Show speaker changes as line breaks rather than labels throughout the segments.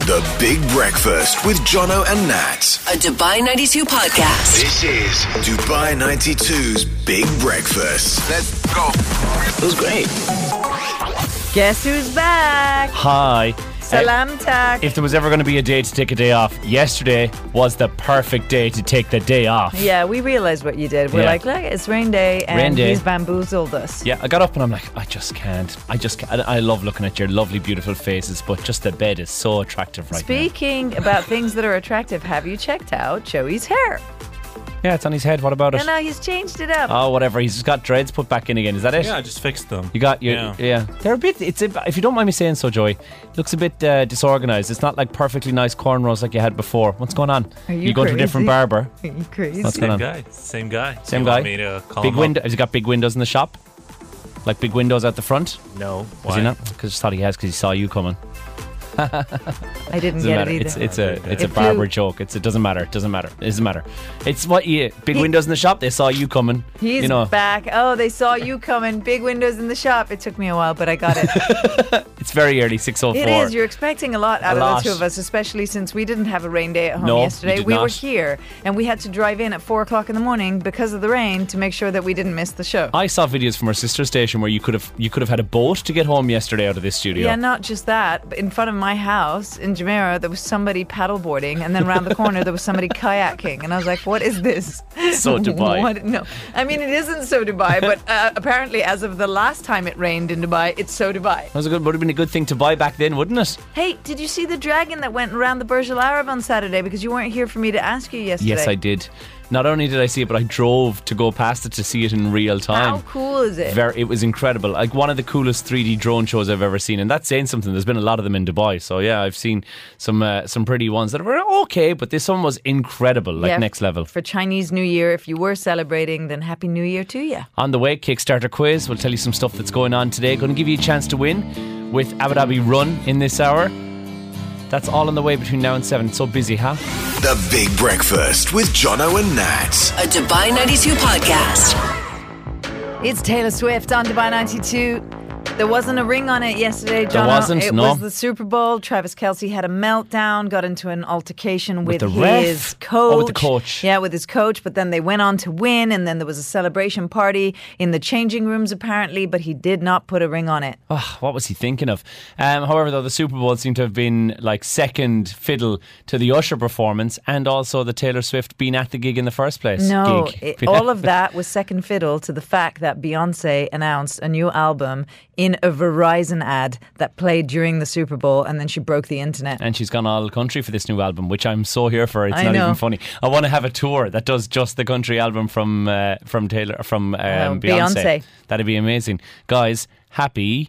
The Big Breakfast with Jono and Nat.
A Dubai 92 podcast.
This is Dubai 92's Big Breakfast. Let's go. It was great.
Guess who's back?
Hi. Uh,
Salam Tak.
if there was ever going to be a day to take a day off, yesterday was the perfect day to take the day off.
Yeah, we realized what you did. We're
Yeah.
like, look, it's rain day, and
Rain day.
he's bamboozled us.
Yeah, I got up and I'm like, I just can't. I just can't. And I love looking at your lovely, beautiful faces, but just the bed is so attractive right
Speaking about things that are attractive, have you checked out Joey's hair?
now. Yeah, it's on his head. What about it?
And now he's changed it up.
Oh, whatever. He's just got dreads put back in again. Is that it?
Yeah, I just fixed them.
You got your yeah.
Yeah.
They're a bit. It's a, if you don't mind me saying so, Joy, it looks a bit uh, disorganized. It's not like perfectly nice cornrows like you had before. What's going on?
Are you
going to a different
crazy?
barber?
Are you crazy?
What's going
Same
on?
guy. Same guy.
Same
you
guy.
Want me to call
big
him
window. Has he got big windows in the shop? Like big windows at the front?
Up? No.
Is
Why
he not? Because thought he has because he saw you coming.
I didn't
Doesn't
get
matter.
it either.
It's it's a it's a
If
barber
you-
joke. It's it doesn't matter. It doesn't matter. It doesn't matter. It's what you big
He-
windows in the shop. They saw you coming.
He's
you know,
back. Oh, they saw you coming. Big windows in the shop. It took me a while, but I got it.
it's very early. Six oh
It is. You're expecting a lot out
A
of
lot.
the two of us, especially since we didn't have a rain day at home
No, you
yesterday.
did
we were
not.
here and we had to drive in at four o'clock in the morning because of the rain to make sure that we didn't miss the show.
I saw videos from our sister station where you could have you could have had a boat to get home yesterday out of this studio.
yeah, not just that, but in front of my house in Jumeirah, there was somebody paddleboarding, and then around the corner there was somebody kayaking, and I was like, "What is this?"
So Dubai.
What? No, I mean it isn't so Dubai, but uh, apparently, as of the last time it rained in Dubai, it's so Dubai.
That was a good would have been a good thing to buy back then, wouldn't it?
Hey, did you see the dragon that went around the Burj Al Arab on Saturday? Because you weren't here for me to ask you yesterday.
Yes, I did. Not only did I see it, but I drove to go past it to see it in real time.
How cool is it?
Very, it was incredible. Like one of the coolest 3D drone shows I've ever seen, and that's saying something. There's been a lot of them in Dubai, so yeah, I've seen some uh, some pretty ones that were okay, but this one was incredible, like
Yeah,
next level.
For Chinese New Year, if you were celebrating, then Happy New Year to you.
On the way, Kickstarter quiz. We'll tell you some stuff that's going on today. Going to give you a chance to win with Abu Dhabi Run in this hour. That's all on the way between now and seven. It's so busy, huh?
The Big Breakfast with Jono and Nat.
A Dubai 92 podcast.
It's Taylor Swift on Dubai 92. There wasn't a ring on it yesterday, John.
wasn't,
It
no.
was the Super Bowl. Travis Kelsey had a meltdown, got into an altercation with,
the ref?
his coach.
Oh, with the coach.
Yeah, with his coach. But then they went on to win, and then there was a celebration party in the changing rooms, apparently, but he did not put a ring on it.
Ah, what was he thinking of? Um, however, though, the Super Bowl seemed to have been like second fiddle to the Usher performance and also the Taylor Swift being at the gig in the first place.
No,
gig.
it, all of that was second fiddle to the fact that Beyonce announced a new album in a Verizon ad that played during the Super Bowl, and then she broke the internet.
and she's gone all country for this new album, which I'm so here for. It's
I
not
know.
even funny. I want to have a tour that does just the country album from uh, from Taylor from um, Beyonce.
Beyonce.
That'd be amazing, guys. Happy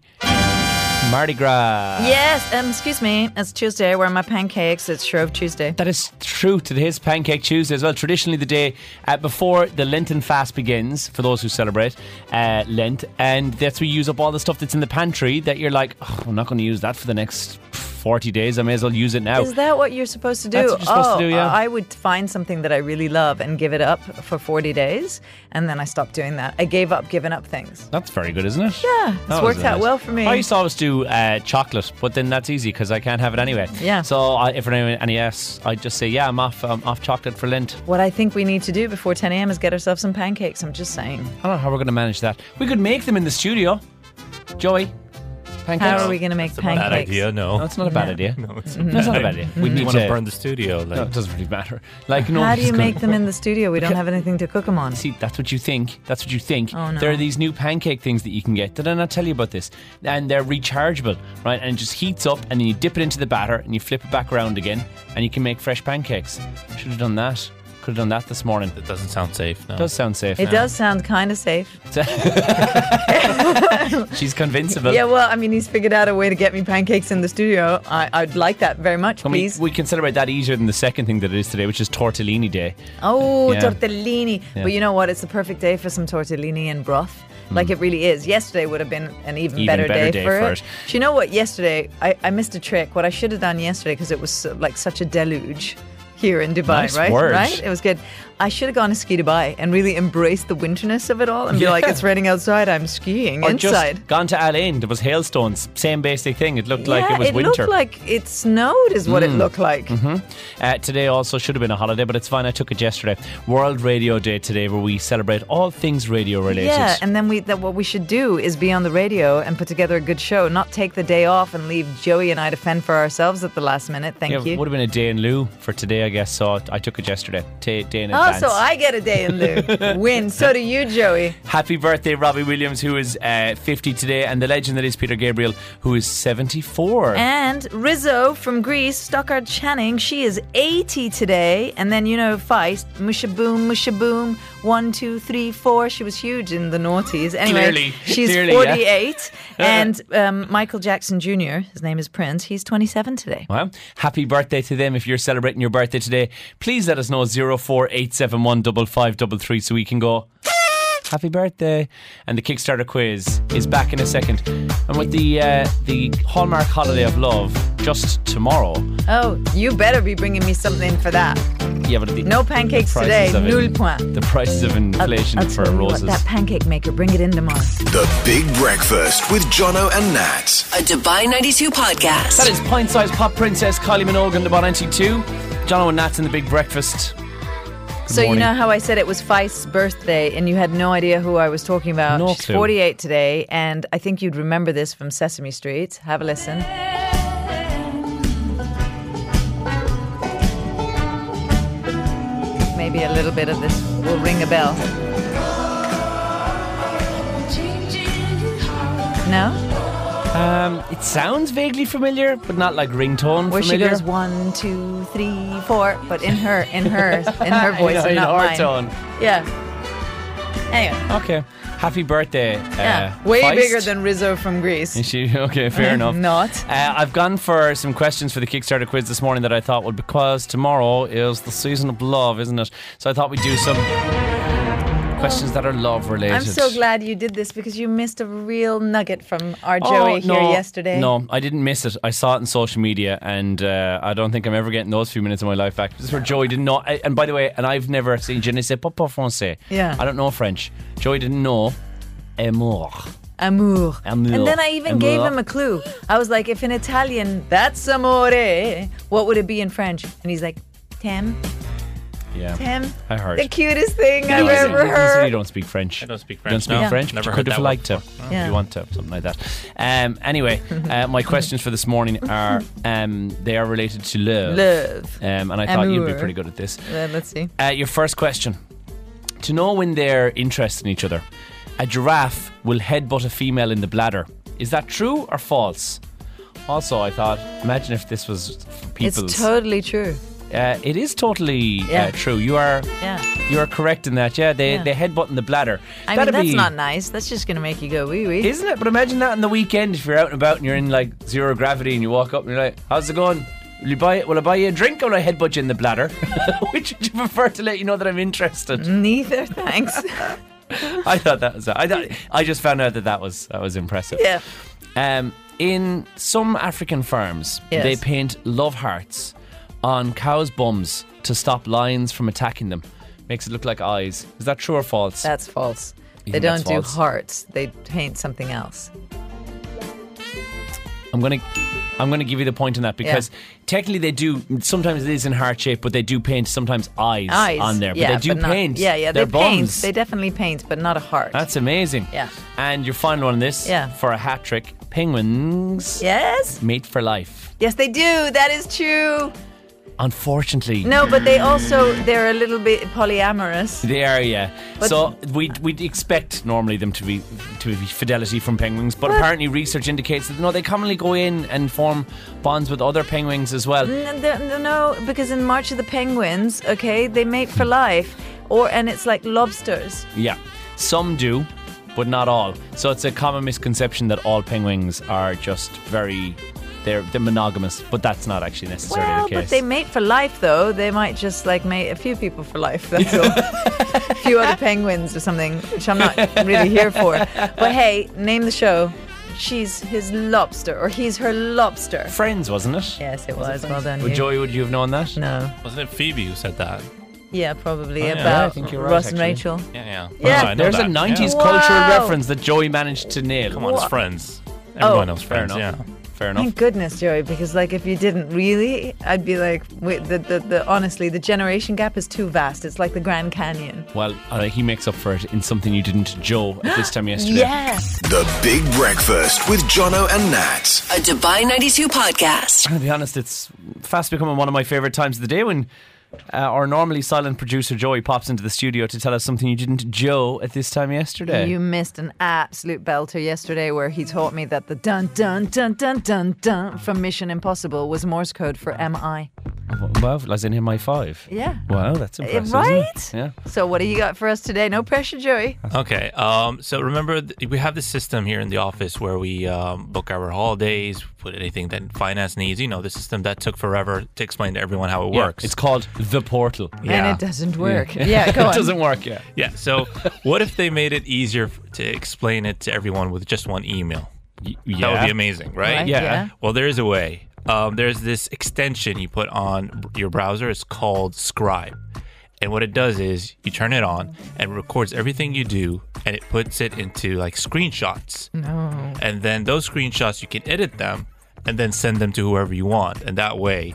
Mardi Gras.
Yes, um, excuse me. It's Tuesday. Where are my pancakes? It's Shrove Tuesday.
That is true. Today is Pancake Tuesday as well. Traditionally, the day uh, before the Lenten fast begins for those who celebrate uh, Lent, and that's where you use up all the stuff that's in the pantry that you're like, "Oh, I'm not going to use that for the next 40 days. I may as well use it now.
Is that what you're supposed to do?
Oh. That's what you're supposed
oh,
to do, yeah.
I would find something that I really love and give it up for 40 days, and then I stopped doing that. I gave up giving up things.
that's very good, isn't it?
Yeah, it's
That
worked
was
out well for me.
I used to always do uh, chocolate, but then that's easy because I can't have it anyway.
Yeah.
So I, if anyone any asks, I just say, yeah, I'm off. I'm off chocolate for Lent.
What I think we need to do before 10 a.m. is get ourselves some pancakes. I'm just saying.
I don't know how we're going to manage that. We could make them in the studio, Joey. Pancakes.
How are we going to make pancakes?
Bad idea. No.
No, it's not a bad idea.
No, it's
That's not a bad idea. We
You
need
want
to
to burn the studio? Like,
No, it doesn't really matter. Like, no,
How
I'm
do
just
you
gonna-
make them in the studio? We don't have anything to cook them on.
See, that's what you think. That's what you think.
Oh, no.
There are these new pancake things that you can get. Did I not tell you about this? And they're rechargeable, right? And it just heats up, and then you dip it into the batter, and you flip it back around again, and you can make fresh pancakes. Should have done that. Could have done that this morning.
it doesn't sound safe. No.
Does sound safe.
It does sound kind of safe.
She's convincible.
Yeah, well, I mean, he's figured out a way to get me pancakes in the studio. I, I'd like that very much,
Can we,
please.
we can celebrate that easier than the second thing that it is today, which is Tortellini Day.
Oh,
Yeah.
tortellini.
Yeah. Mm.
But you know what? It's the perfect day for some tortellini and broth. Like it really is. Yesterday would have been an even,
Even
better,
better
day,
day
for,
for
it.
it.
Do you know what? Yesterday, I, I missed a trick. What I uh, should have done yesterday, because it was so- like such a deluge here in Dubai,
Nice
right?
word.
Right? It was good. I should have gone to ski Dubai and really embraced the winterness of it all and be
Yeah.
like, it's raining outside, I'm skiing
Or
inside.
just gone to Alain. There was hailstones. Same basic thing. It looked like it was winter. Mm.
looked like it snowed, is what it looked like.
Uh, today also should have been a holiday, but it's fine. I took it yesterday. World Radio Day today, where we celebrate all things radio related.
Yeah, and then we that what we should do is be on the radio and put together a good show, not take the day off and leave Joey and I to fend for ourselves at the last minute. Thank
Yeah,
you.
it would have been a day in lieu for today, I guess. So I took it yesterday. Ta day in
Oh,
advance.
so I get a day in lieu. Win. So do you, Joey.
Happy birthday, Robbie Williams, who is uh, 50 today, and the legend that is Peter Gabriel, who is 74.
And Rizzo from Greece, Stockard Channing, she is 80 today. And then, you know, Feist, mushaboom, mushaboom, one, two, three, four. She was huge in the noughties. Anyway,
Clearly.
she's
Clearly, yeah.
48. and um, Michael Jackson Jr., his name is Prince, he's 27 today.
Wow. Happy birthday to them. If you're celebrating your birthday today, please let us know 048715533 so we can go. Happy birthday! And the Kickstarter quiz is back in a second. And with the uh, the Hallmark Holiday of Love just tomorrow,
Oh, you better be bringing me something for that.
yeah, but the,
No pancakes
the
today,
prices of
null
in-
point.
The prices of inflation
I'll
for
tell you what,
roses.
that pancake maker, bring it in tomorrow.
The Big Breakfast with Jono and Nat.
A Dubai 92 podcast.
That is pint sized pop princess Kylie Minogue and the Bonanti 2. John and Nat's in the big breakfast.
So
morning.
you know how I said it was Feist's birthday, and you had no idea who I was talking about.
No
She's
clue.
48 today, and I think you'd remember this from Sesame Street. Have a listen. Maybe a little bit of this will ring a bell. No,
Um, it sounds vaguely familiar, but not like ringtone
where she
familiar.
goes one, two, three, four, but in her, in her, in her voice,
in,
and not
our
mine.
tone.
Yeah. Anyway.
Okay. Happy birthday.
Yeah,
uh,
way
Feist.
bigger than Rizzo from Greece.
Is she okay? Fair enough.
Not.
Uh, I've gone for some questions for the Kickstarter quiz this morning that I thought would because tomorrow is the season of love, isn't it? So I thought we'd do some questions that are love related.
I'm so glad you did this because you missed a real nugget from our
Oh,
Joey here
no,
yesterday.
No, I didn't miss it. I saw it on social media, and uh, I don't think I'm ever getting those few minutes of my life back. This is where Joey didn't know. I, and by the way, and I've never seen je ne sais pas, pas français.
Yeah.
I don't know French. Joey didn't know amour.
Amour.
Amour.
And then I even
Amour.
gave him a clue. I was like, if in Italian, that's amore, what would it be in French? And he's like, Tem,
Yeah.
Tem.
I heard.
The cutest thing I've
You
ever
said- you said
heard.
You don't speak French.
I don't speak
You
French,
speak
no.
French.
Never
but you
heard
could
that
have
one
liked to.
before.
If
Yeah.
you want to, something like that. Um, anyway, uh, my questions for this morning are um, they are related to love.
Love.
Um, and I thought you'd be
Amour.
pretty good at this.
Uh, let's see.
Uh, your first question. To know when they're interested in each other, a giraffe will headbutt a female in the bladder. Is that true or false? Also, I thought, imagine if this was for people's.
It's totally true.
uh, it is totally
Yeah.
uh, true. You are
Yeah.
you are correct in that. Yeah, they
Yeah.
they headbutt in the bladder.
I
That'd
mean, that's
be-
not nice. That's just going to make you go wee wee.
Isn't it? But imagine that on the weekend if you're out and about and you're in like zero gravity and you walk up and you're like, "How's it going? Will you buy? Will I buy you a drink or will I headbutt you in the bladder?" Which would you prefer to let you know that I'm interested?
Neither, thanks.
I thought that was. I thought, I just found out that that was that was impressive.
yeah.
Um, in some African farms,
Yes.
they paint love hearts on cows' bums to stop lions from attacking them. Makes it look like eyes. Is that true or false?
That's false.
You
They
think that's
don't do
false?
hearts. They paint something else.
I'm gonna. I'm going to give you the point on that because technically they do. Sometimes it is in heart shape, but they do paint sometimes eyes,
Eyes
on there.
yeah,
but they do
not-
paint.
yeah, yeah.
Their
they paint.
bums.
They definitely paint, but not a heart.
That's amazing.
Yeah.
And your final one on this
Yeah.
for a hat trick: penguins
yes,
mate for life.
yes, they do. That is true.
Unfortunately,
No, but they also they're a little bit polyamorous.
They are, yeah.
But-
so we'd, we'd expect normally them to be to be fidelity from penguins, but,
But-
apparently research indicates that no, they commonly go in and form bonds with other penguins as well.
N- th- th- No, because in March of the Penguins, okay, they mate for life, or and it's like lobsters.
Yeah, some do, but not all. So it's a common misconception that all penguins are just very they're they're monogamous, but that's not actually necessarily
Well,
the case.
but they mate for life though. They might just like mate a few people for life. That's all. a few other penguins or something, which I'm not really here for. But hey, name the show. She's his lobster, or he's her lobster.
Friends, wasn't it?
Yes, it was. Well done.
Would
you.
Joey, would you have known that?
no.
Wasn't it Phoebe who said that?
Yeah, probably
Oh, yeah.
about
Yeah, I
think you're right,
Ross and
actually.
Rachel.
Yeah, yeah.
Yeah.
No, Oh, I know
There's a
that. Yeah.
90s
Wow.
cultural reference that Joey managed to nail.
Come on, it's
Wha-
friends. Everyone
Oh.
knows
Fair
friends.
enough.
Yeah.
Fair enough.
Thank goodness, Joey, because like if you didn't really, I'd be like, wait, the, the, the honestly, the generation gap is too vast. It's like the Grand Canyon.
Well, uh, he makes up for it in something you didn't, Joe, at this time yesterday.
Yes.
The Big Breakfast with Jono and Nat.
A Dubai 92 podcast.
I'm going to be honest, it's fast becoming one of my favourite times of the day when uh, our normally silent producer Joey pops into the studio to tell us something you didn't, Joe, at this time yesterday.
You missed an absolute belter yesterday where he taught me that the dun dun dun dun dun dun from Mission Impossible was Morse code for MI.
Wow, as in him, my five.
Yeah.
Wow, that's
Eh,
impressive. isn't it?
right?
Yeah.
So what do you got for us today? No pressure, Joey.
Okay. Um, so remember, th- we have this system here in the office where we um, book our holidays, put anything that finance needs. You know, the system that took forever to explain to everyone how it
Yeah,
works.
It's called The Portal.
Yeah.
And it doesn't work. Yeah, go on.
it doesn't work, yeah.
yeah. So, what if they made it easier f- to explain it to everyone with just one email?
Y-
That would
yeah.
be amazing, right?
Right,
Yeah.
Well, there is a way. Um, there's this extension you put on your browser. It's called Scribe. And what it does is you turn it on and it records everything you do and it puts it into like screenshots. No. And then those screenshots, you can edit them and then send them to whoever you want. And that way,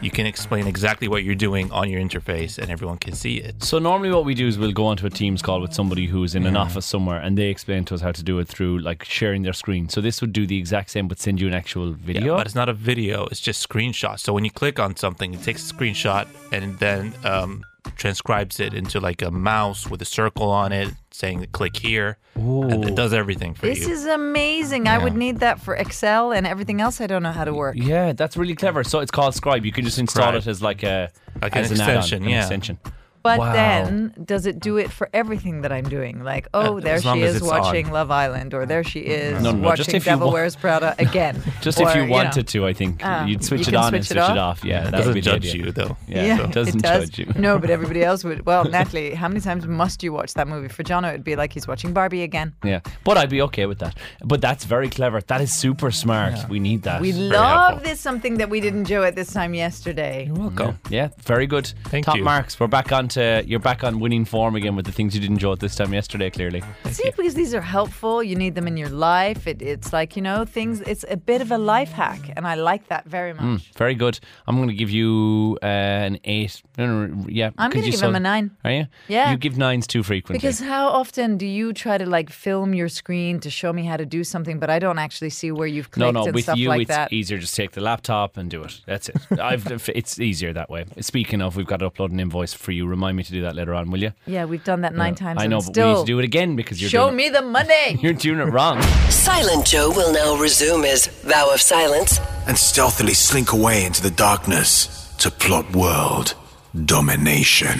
you can explain exactly what you're doing on your interface and everyone can see it.
So normally what we do is we'll go onto a Teams call with somebody who's in an office somewhere and they explain to us how to do it through like sharing their screen. So this would do the exact same but send you an actual video.
But it's not a video, it's just screenshots. So when you click on something, it takes a screenshot and then um, transcribes it into like a mouse with a circle on it saying click here. And it does everything for
This
you.
is amazing. I would need that for Excel and everything else I don't know how to work.
yeah, that's really clever. So it's called Scribe. You can just install
Scribe.
it as like a
Like an
as add-on,
extension,
an
yeah.
extension.
But
Wow.
then, does it do it for everything that I'm doing? Like, oh,
Uh,
there
as long
she
as
is
it's on.
watching Love Island, or there she is
No, no, no,
watching
just if you
Devil
wa-
Wears Prada again.
Just
or,
if you
know.
wanted to, I think you'd switch
you
it
can
on and
switch
switch
it
it
off?
off. Yeah,
it
that would be
doesn't
the
judge
idea.
you though.
Yeah,
Yeah,
so it doesn't
does.
judge you.
No, but everybody else would. Well, Natalie, how many times must you watch that movie? For Jono, it'd be like he's watching Barbie again.
Yeah, but I'd be okay with that. But that's very clever. That is super smart. We need that.
We
very
love
helpful.
this something that we didn't do at this time yesterday.
Welcome.
Yeah, very good.
Thank
Top
you.
marks. We're back on to you're back on winning form again with the things you didn't enjoy this time yesterday. Clearly,
See, because these are helpful. You need them in your life. It, it's like you know things. It's a bit of a life hack, and I like that very
Mm,
much.
very good. I'm going to give you uh, an eight. No, no, no, yeah,
I'm
'cause
gonna
you
give him a nine.
Are you?
Yeah.
You give nines too frequently.
Because how often do you try to like film your screen to show me how to do something, but I don't actually see where you've
no,
clicked
no.
and
With
stuff
you,
like
it's e-
that?
easier. Just take the laptop and do it. That's it. I've, it's easier that way. Speaking of, we've got to upload an invoice for you. Remind me to do that later on, will you?
yeah, we've done that nine times.
I
and
know, but we
still
need to do it again because you're
Show
doing
me the money.
It, you're doing it wrong.
Silent Joe will now resume his vow of silence.
And stealthily slink away into the darkness to plot world domination.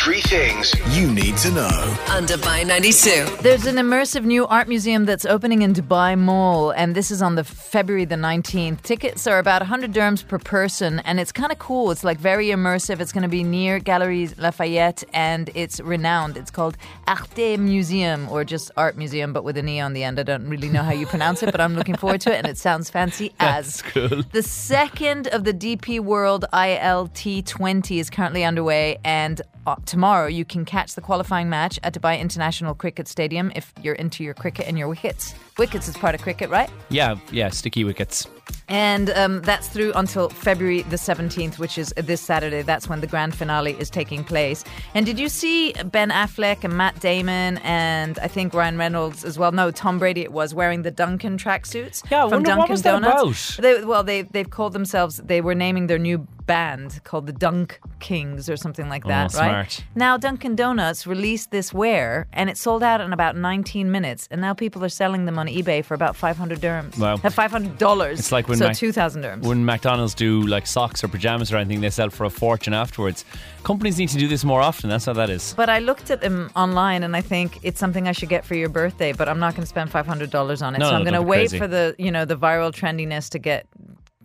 Three things you need to know.
On Dubai 92.
There's an immersive new art museum that's opening in Dubai Mall, and this is on the February the 19th. Tickets are about 100 dirhams per person, and it's kind of cool. It's like very immersive. It's going to be near Galeries Lafayette, and it's renowned. It's called Arte Museum, or just Art Museum, but with an e on the end. I don't really know how you pronounce it, but I'm looking forward to it, and it sounds fancy as.
cool.
The second of the DP World ILT 20 is currently underway, and uh, tomorrow you can catch the qualifying match at Dubai International Cricket Stadium if you're into your cricket and your wickets. Wickets is part of cricket, right?
Yeah, yeah. Sticky wickets.
And um, that's through until February the 17th, which is this Saturday. That's when the grand finale is taking place. And did you see Ben Affleck and Matt Damon and I think Ryan Reynolds as well? No, Tom Brady it was wearing the Dunkin' tracksuits
Yeah, I
from
wonder
Dunkin'
what was that
Donuts.
about?
They, well, they, they've called themselves, they were naming their new band called the Dunk Kings or something like that, right?
Oh, smart.
Now, Dunkin' Donuts released this wear and it sold out in about 19 minutes. And now people are selling them on eBay for about 500 dirhams.
Wow.
Uh, $500.
It's like when
so
Mac-
two thousand dirhams.
when McDonald's do like socks or pajamas or anything, they sell for a fortune afterwards. Companies need to do this more often. That's how that is.
but I looked at them online and I think it's something I should get for your birthday. But I'm not going to spend five hundred dollars on it,
No,
so
no,
I'm going to
don't be
wait
crazy.
for the you know the viral trendiness to get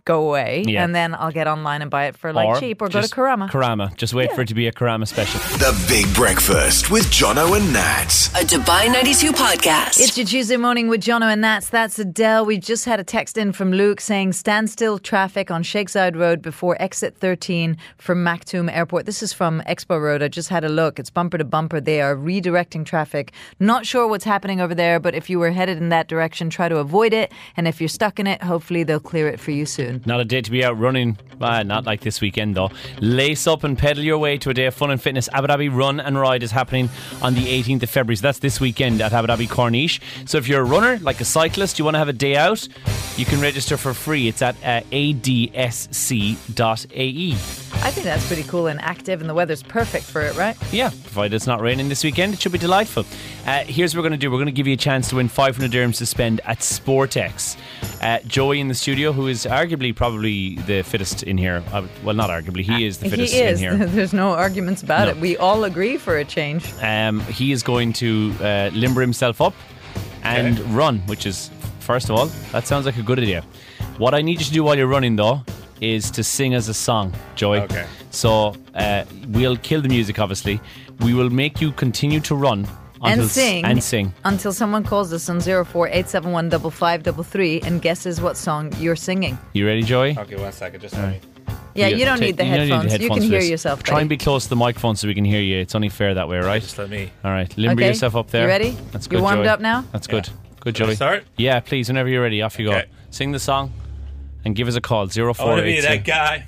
go away,
Yeah.
and then I'll get online and buy it for like cheap or go to
just
Karama.
Karama. Just wait for it to be a Karama special.
The Big Breakfast with Jono and Nat.
A Dubai 92 podcast.
It's your Tuesday morning with Jono and that's that's Adele. We just had a text in from Luke saying standstill traffic on Shakeside Road before exit 13 from Maktoum Airport. This is from Expo Road. I just had a look. It's bumper to bumper. They are redirecting traffic. Not sure what's happening over there, but if you were headed in that direction, try to avoid it. And if you're stuck in it, hopefully they'll clear it for you soon.
Not a day to be out running. Ah, not like this weekend, though. Lace up and pedal your way to a day of fun and fitness. Abu Dhabi Run and Ride is happening on the 18th of February. So that's this weekend at Abu Dhabi Corniche. So if you're a runner, like a cyclist, you want to have a day out, you can register for free. It's at uh, adsc.ae.
I think that's pretty cool and active, and the weather's perfect for it, right?
Yeah, provided it's not raining this weekend, it should be delightful. Uh, here's what we're going to do we're going to give you a chance to win 500 dirhams to spend at Sportex. Uh, Joey in the studio, who is arguably probably the fittest in here. I would- well, not arguably, he is the fittest
he is.
in here.
There's no arguments about
No.
it. We all agree for a change.
Um, he is going to uh, limber himself up and
Okay.
run, which is, first of all, that sounds like a good idea. What I need you to do while you're running, though, is to sing as a song, Joey.
Okay.
So uh, we'll kill the music, obviously. We will make you continue to run. until
and
s-
sing
And sing.
until someone calls us on 048715533 and guesses what song you're singing.
You ready, Joey?
Okay, one second. Just let me.
Yeah, you don't need
take-
the
you
headphones. You
headphones
can
for
hear
this.
yourself.
Try and
buddy.
be close to the microphone so we can hear you. It's only fair that way, right?
Just let me.
All right, limber
Okay.
yourself up there.
You ready?
That's good.
You warmed
Joey.
up now?
That's
Yeah.
good. Good,
Should I
Joey.
start?
Yeah, please. Whenever you're ready, off you
Okay.
go. Sing the song, and give us a call. Zero
I
four
want to be
eight
that
two.
guy.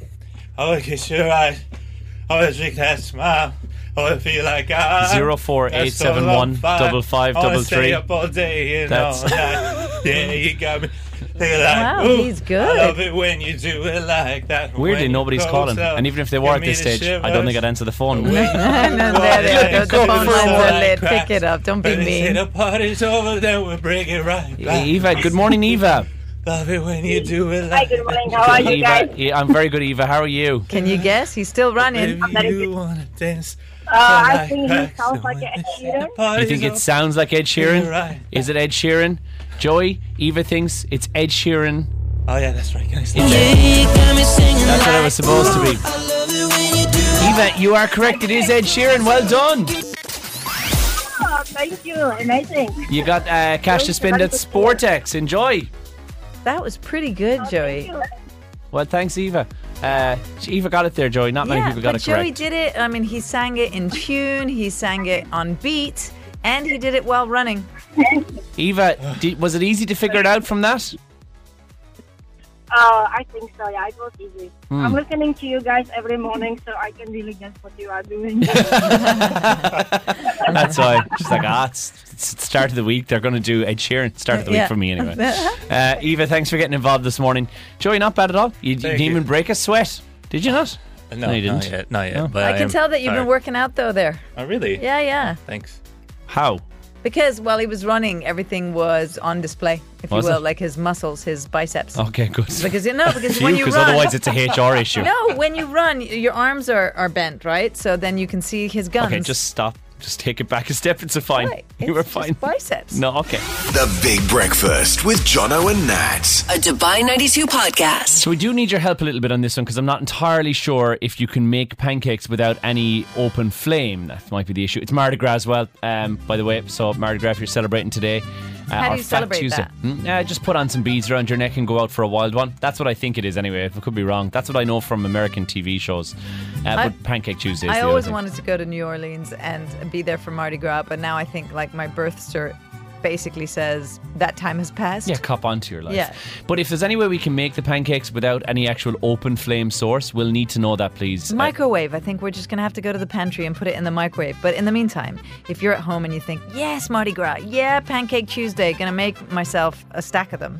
I want to kiss your eyes. I want to drink that smile. I want to feel like I.
Zero four eight seven one double five double three.
Up all day and
That's-
all night. yeah, you got me. They're like,
Wow,
"Ooh,
he's good."
I love it when you do it like that. When
Weirdly,
you
nobody's
go
calling,
so,
and even if they were
give
at
me
this
the
stage, I don't think I'd
shivers.
answer the phone.
When
and then there they go. The
Go
phone lines
before
are
I
lit.
crash.
Pick it up. Don't be
But they say
mean.
the party's over, then we'll bring it right back.
E-, Eva, good morning, Eva.
Love it when you do it
Hi,
like
good morning. How are you
Eva,
guys?
yeah, I'm very good. Eva, how are you?
Can you guess? He's still running.
that. If you wanna dance,
Uh,
till
I
I
think he
crack,
sounds
so
like
when
an
they say
Ed
the party's
You think it
over,
sounds like Ed Sheeran?
You're right.
Is it Ed Sheeran? Joey, Eva thinks it's Ed Sheeran.
Oh yeah, that's right. Can I stop?
That's what I was supposed to be. Eva, you are correct. It is Ed Sheeran. Well done.
Oh, thank you. Amazing.
You got uh, cash to spend at Sportex. Enjoy.
That was pretty good, Joey.
Uh,
Well, thanks, Eva. Uh, Eva got it there, Joey. Not many
yeah,
people got
but
it
Joey
correct.
did it. I mean, he sang it in tune. He sang it on beat, and he did it while running.
Eva, did, was it easy to figure it out from that?
Uh, I think so. Yeah, it was easy. I'm listening to you guys every morning, so I can really guess what you are doing.
That's why. She's like, ah, it's, it's start of the week. They're going to do Ed Sheeran. Start of the
Yeah.
week for me, anyway. Uh, Eva, thanks for getting involved this morning. Joey, not bad at all. You, you
Thank
didn't
you.
even break a sweat. Did you not?
No,
No, you
not
didn't.
yet. Not yet.
No.
But
I, can
am
tell that you've
tired.
been working out though there.
Oh really?
Yeah, yeah.
Thanks.
How?
Because while he was running, everything was on display, if
Was
you will,
it?
like his muscles, his biceps.
Okay, good.
Because you know, because when you
Because
run,
otherwise, it's a HR issue.
no, when you run, your arms are, are bent, right? So then you can see his guns.
Okay, just stop. Just take it back a step. It's a fine.
Right.
You were
It's just
fine.
biceps.
No, okay.
The Big Breakfast with Jono and Nat.
A Dubai 92 podcast.
So we do need your help a little bit on this one because I'm not entirely sure if you can make pancakes without any open flame. That might be the issue. It's Mardi Gras as well, um, by the way. So Mardi Gras, if you're celebrating today. Uh,
How do
or
you
Fat
celebrate
Tuesday.
that?
Mm, uh, just put on some beads around your neck and go out for a wild one. That's what I think it is, anyway. If it could be wrong, that's what I know from American TV shows. Uh, but Pancake Tuesday. Is
I
the other
always
thing.
wanted to go to New Orleans and be there for Mardi Gras, but now I think like my birth cert basically says that time has passed.
Yeah, cop onto your life.
Yeah.
But if there's any way we can make the pancakes without any actual open flame source, we'll need to know that, please. Uh,
Microwave. I think we're just going to have to go to the pantry and put it in the microwave. But in the meantime, if you're at home and you think, yes, Mardi Gras, yeah, Pancake Tuesday, going to make myself a stack of them.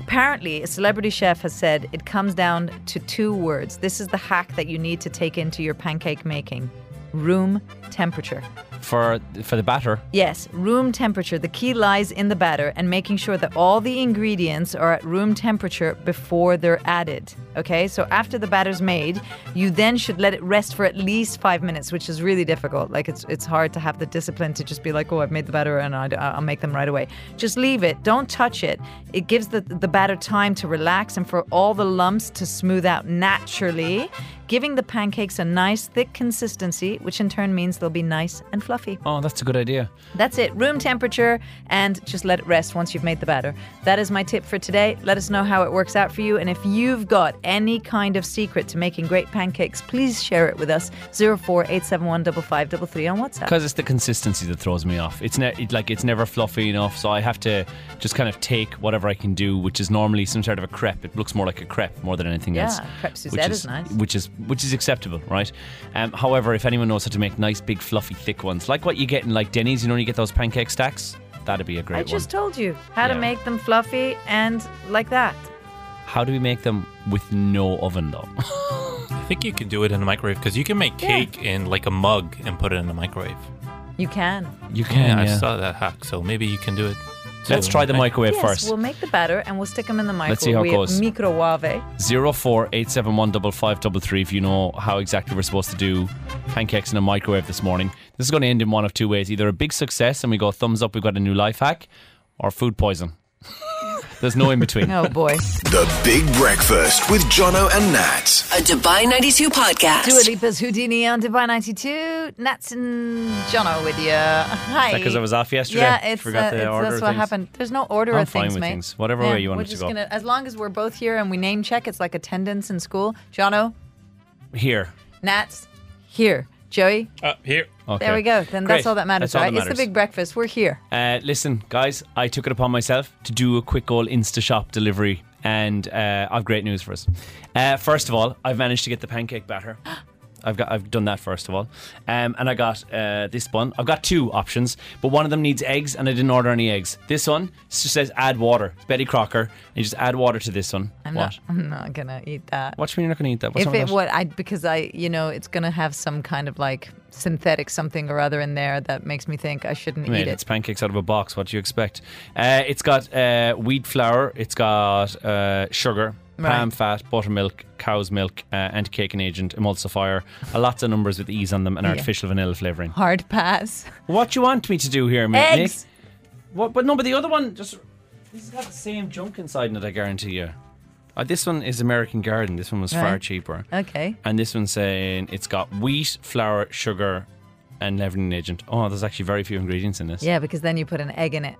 Apparently, a celebrity chef has said it comes down to two words. This is the hack that you need to take into your pancake making room temperature.
for for the batter.
Yes, room temperature. The key lies in the batter and making sure that all the ingredients are at room temperature before they're added. Okay, so after the batter's made, you then should let it rest for at least five minutes, which is really difficult. Like it's it's hard to have the discipline to just be like, oh, I've made the batter and I, I'll make them right away. Just leave it. Don't touch it. It gives the the batter time to relax and for all the lumps to smooth out naturally. Giving the pancakes a nice thick consistency, which in turn means they'll be nice and fluffy.
Oh, that's a good idea.
That's it, room temperature, and just let it rest once you've made the batter. That is my tip for today. Let us know how it works out for you, and if you've got any kind of secret to making great pancakes, please share it with us. 048715533 on WhatsApp.
Because it's the consistency that throws me off. It's ne- it, like it's never fluffy enough, so I have to just kind of take whatever I can do, which is normally some sort of a crepe. It looks more like a crepe more than anything
Yeah,
else.
crepe
which
Suzette is nice.
Which is which is acceptable, right? Um, however, if anyone knows how to make nice, big, fluffy, thick ones, like what you get in like Denny's, you know, when you get those pancake stacks. That'd be a great
I
one.
just told you how to
Yeah.
make them fluffy and like that.
How do we make them with no oven though?
I think you can do it in the microwave because you can make
Yeah.
cake in like a mug and put it in the microwave.
You can.
You
Yeah,
can.
I saw that hack, so maybe you can do it. Too.
Let's try the microwave
yes,
first.
we'll make the batter and we'll stick them in the microwave.
Let's see how it goes.
Microwave.
Zero four eight seven one double five double three. If you know how exactly we're supposed to do pancakes in a microwave this morning, this is going to end in one of two ways: either a big success and we go thumbs up, we've got a new life hack, or food poison. There's no in between.
Oh boy.
The Big Breakfast with Jono and Nat.
A Dubai 92 podcast.
Dua Lipa's Houdini on Dubai 92. Nats and Jono with you. Hi.
that 'cause I was off yesterday?
Yeah, it's,
Forgot
uh,
the
it's-
order
that's
of
what
things?
happened. There's no order
I'm
of
fine
things,
with
mate.
things. Whatever way you want
we're
it to
just
go.
Gonna, as long as we're both here and we name check, it's like attendance in school. Jono,
Here,
Nats, here. Joey,
Up here.
okay.
there we go. Then
Great.
that's all that matters,
That's all
right?
that
It's
matters.
the big breakfast. We're here.
Uh, listen, guys, I took it upon myself to do a quick old Insta shop delivery, and uh, I've great news for us. Uh, first of all, I've managed to get the pancake batter. I've got, I've done that first of all, um, and I got uh, this one. I've got two options, but one of them needs eggs, and I didn't order any eggs. This one just says add water. It's Betty Crocker, and you just add water to this one.
I'm
what?
not. I'm not gonna eat that.
What you mean you're not going to eat that? What's
if
wrong
it
with that?
would, I because I, you know, it's gonna have some kind of like synthetic something or other in there that makes me think I shouldn't
Mate,
eat
It's
it.
pancakes out of a box. What do you expect? Uh, it's got uh, wheat flour. It's got uh, sugar,
Right.
palm fat, buttermilk, cow's milk, uh, anti-caking agent, emulsifier. Uh, lots of numbers with E's on them and artificial vanilla flavouring.
Hard pass.
What do you want me to do here, mate? Nick?
Eggs.
What, but no, but the other one just this has got the same junk inside in it. I guarantee you. Uh, this one is American Garden. This one was far
Right. Oh.
cheaper.
Okay.
And this one's saying it's got wheat, flour, sugar, and leavening agent. Oh, there's actually very few ingredients in this.
Yeah, because then you put an egg in it.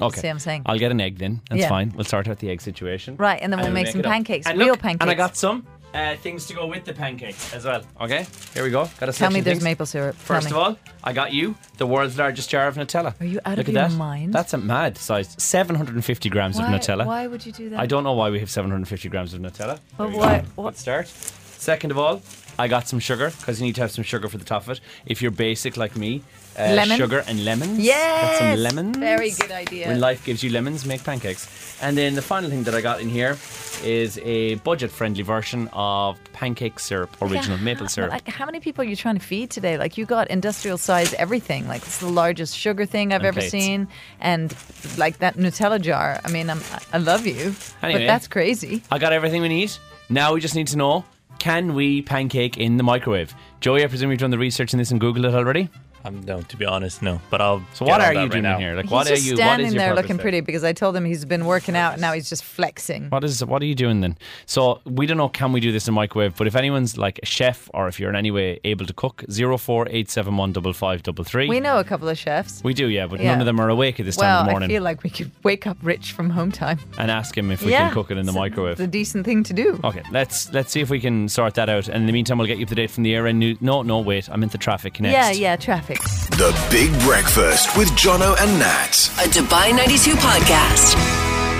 Okay.
See what I'm saying?
I'll get an egg then. That's
Yeah.
fine. We'll sort out the egg situation.
Right, and then we'll make
it
some
up.
pancakes,
And
real
look,
pancakes.
And I got some uh, things to go with the pancakes as well. Okay, here we go. Got a
Tell
section
me
of
there's
things.
maple syrup. Tell me.
First of all, I got you the world's largest jar of Nutella.
Are you out of
Look at
your
that.
mind?
That's a mad size. 750 grams
why,
of Nutella.
Why would you do that?
I don't know why we have 750 grams of Nutella.
But
There we
why-
go.
what-
Good start. Second of all, I got some sugar because you need to have some sugar for the top of it. If you're basic like me, uh,
Lemon?
sugar and lemons.
Yes.
Got some lemons.
Very good idea.
When life gives you lemons, make pancakes. And then the final thing that I got in here is a budget-friendly version of pancake syrup, original
Yeah,
maple
but,
syrup.
Like, how many people are you trying to feed today? Like, you got industrial size everything. Like, it's the largest sugar thing I've
And
ever
plates.
seen, and like that Nutella jar. I mean, I'm, I love you,
Anyway.
but that's crazy.
I got everything we need. Now we just need to know: Can we pancake in the microwave? Joey, I presume you've done the research in this and Googled it already.
I'm no, to be honest, no. But I'll.
So what
get on
are
that
you
right
doing
now.
here? Like,
He's
what
just
are you? what
standing
is your
there
purpose
looking
there?
pretty because I told him he's been working out. and Now he's just flexing.
What is what are you doing then? So we don't know can we do this in microwave, but if anyone's like a chef or if you're in any way able to cook, zero four eight seven one double five double three.
We know a couple of chefs.
We do, yeah, but
Yeah.
none of them are awake at this time
well,
of the
I
morning
feel like we could wake up rich from home time.
and ask him if we
yeah,
can cook it in the
it's a-
microwave.
It's a decent thing to do.
Okay, let's let's see if we can sort that out. And in the meantime, we'll get you up to date from the air and new. No, no, wait, I'm into traffic next.
Yeah, yeah, traffic.
The Big Breakfast with Jono and Nat.
A Dubai 92 podcast.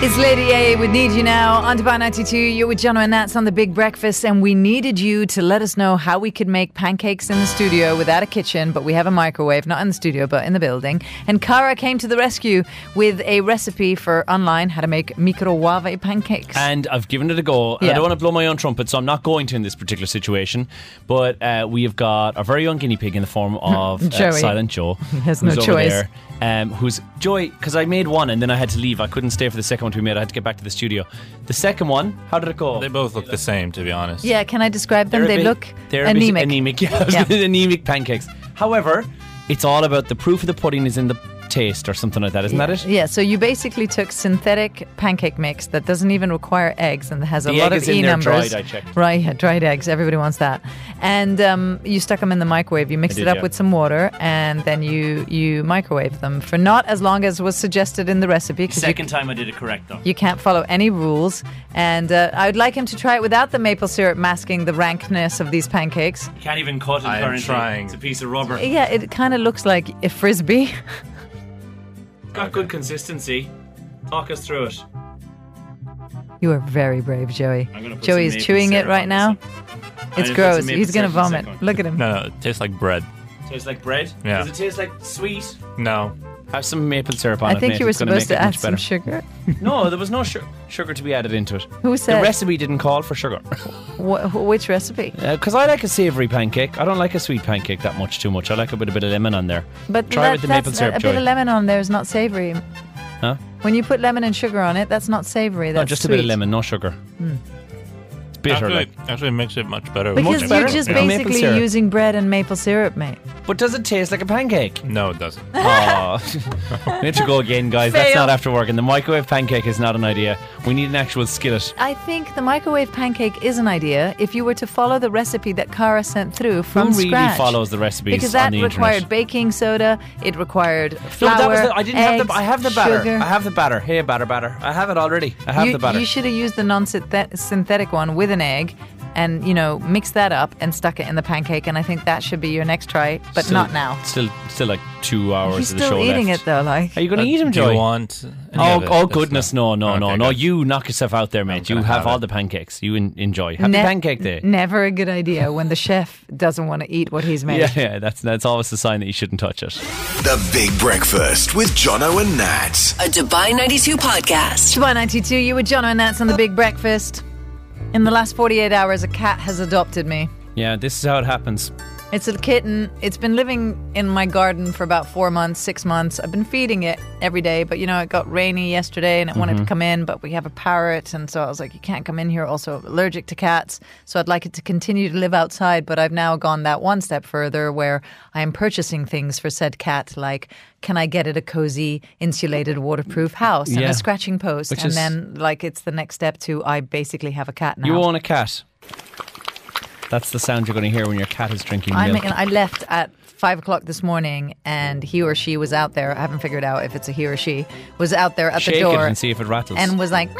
It's Lady A with Need You Now on Dubai 92. You're with Jono and that's on The Big Breakfast. And we needed you to let us know how we could make pancakes in the studio without a kitchen, but we have a microwave, not in the studio, but in the building. And Cara came to the rescue with a recipe for online how to make microwave pancakes.
And I've given it a go. And I
Yeah.
don't want to blow my own trumpet, so I'm not going to in this particular situation. But uh, we have got our very own guinea pig in the form of uh,
Joey.
Silent Joe.
has no
who's over
choice.
there, um, who's Joy? Because I made one and then I had to leave. I couldn't stay for the second one to be made. I had to get back to the studio. The second one, how did it go?
They both look the same, to be honest.
yeah, can I describe them?
They're a
They
bit-
look
they're a bit
anemic.
Anemic, yeah, I was
Yeah.
gonna- anemic pancakes. However, it's all about the proof of the pudding is in the taste or something like that, isn't that it?
Yeah, so you basically took synthetic pancake mix that doesn't even require eggs and has a
The
lot
egg
of
is in
e
there
numbers.
dried, I checked.
Right, yeah, dried eggs. Everybody wants that. And um, you stuck them in the microwave. You mixed
did,
it up
yeah.
with some water, and then you you microwave them for not as long as was suggested in the recipe. 'cause you,
Second time I did it correct though.
you can't follow any rules. And uh, I would like him to try it without the maple syrup masking the rankness of these pancakes.
Can't even cut it
I am currently. trying. It's a
piece of rubber.
Yeah, it kind of looks like a frisbee.
Got good consistency. Talk us through it.
you are very brave, Joey.
I'm gonna put
Joey is
some maple
chewing it
syrup
right
on
now.
this
It's
just put
gross.
some maple
He's gonna
syrup on the
vomit.
second one.
Look at him.
No, no, it tastes like bread.
Tastes like bread.
Yeah.
Does it taste like sweet?
No.
Have some maple syrup on it.
I think
mate.
you were
It's gonna make
supposed to
it
add
much
some
better.
sugar.
No, there was no su- sugar to be added into it.
Who
The
said?
recipe didn't call for sugar.
Wh- which recipe?
Because Uh, I like a savoury pancake. I don't like a sweet pancake that much too much. I like a bit, a bit of lemon on there.
But
Try
that-
with the
that's
maple syrup,
a
Joy.
bit of lemon on there is not savory.
Huh?
When you put lemon and sugar on it, that's not savory. That's
No, just a bit of
sweet.
lemon, no sugar. It's bitter,
Actually,
like.
actually makes it much better.
Because
Much
you're
better.
just
Yeah. Maple
basically
syrup.
using bread and maple syrup, mate.
But does it taste like a pancake?
No, it doesn't.
Oh, we have to go again, guys. That's
Fail.
not after work. And the microwave pancake is not an idea. We need an actual skillet.
I think the microwave pancake is an idea if you were to follow the recipe that Cara sent through from
Who really
scratch.
follows the recipes
because that
on the
required
internet?
baking soda, it required flour.
no, that was the, I didn't have
eggs,
the. I have the batter.
sugar.
I have the batter. Hey, batter, batter. I have it already. I have
you,
the batter.
you should have used the non-synthetic one with an egg, and you know, mixed that up and stuck it in the pancake. And I think that should be your next try, but
Still-
not now.
Still, still like two hours
He's
of the show
still eating
left.
it though, like.
Are you going to eat him,
Uh, Do
Joey?
you want? any
Oh,
of it?
oh
That's
goodness, no, no, no,
Okay,
no.
good.
You knock yourself out there, mate. You
gonna
have,
have
all
it.
the pancakes. You en- enjoy. Happy
Ne-
Pancake Day.
Never a good idea when the chef doesn't want to eat what he's made.
yeah, yeah, that's that's always a sign that you shouldn't touch it.
The Big Breakfast with Jono and Nat.
A Dubai 92 podcast.
Dubai 92, you were John and that's on the Big Breakfast. In the last 48 hours, a cat has adopted me.
Yeah, this is how it happens.
It's a kitten. It's been living in my garden for about four months, six months. I've been feeding it every day, but you know, it got rainy yesterday and it
Mm-hmm.
wanted to come in, but we have a parrot. And so I was like, you can't come in here. Also, allergic to cats. So I'd like it to continue to live outside, but I've now gone that one step further where I am purchasing things for said cat, like, can I get it a cozy, insulated, waterproof house and
Yeah.
a scratching post?
Which
and
is-
then, like, it's the next step to I basically have a cat now.
You own a cat. That's the sound you're going to hear when your cat is drinking
I
milk.
mean, I left at five o'clock this morning, and he or she was out there. I haven't figured out if it's a he or she was out there at
Shake
the
it
door
and see if it rattles.
and was like, meow,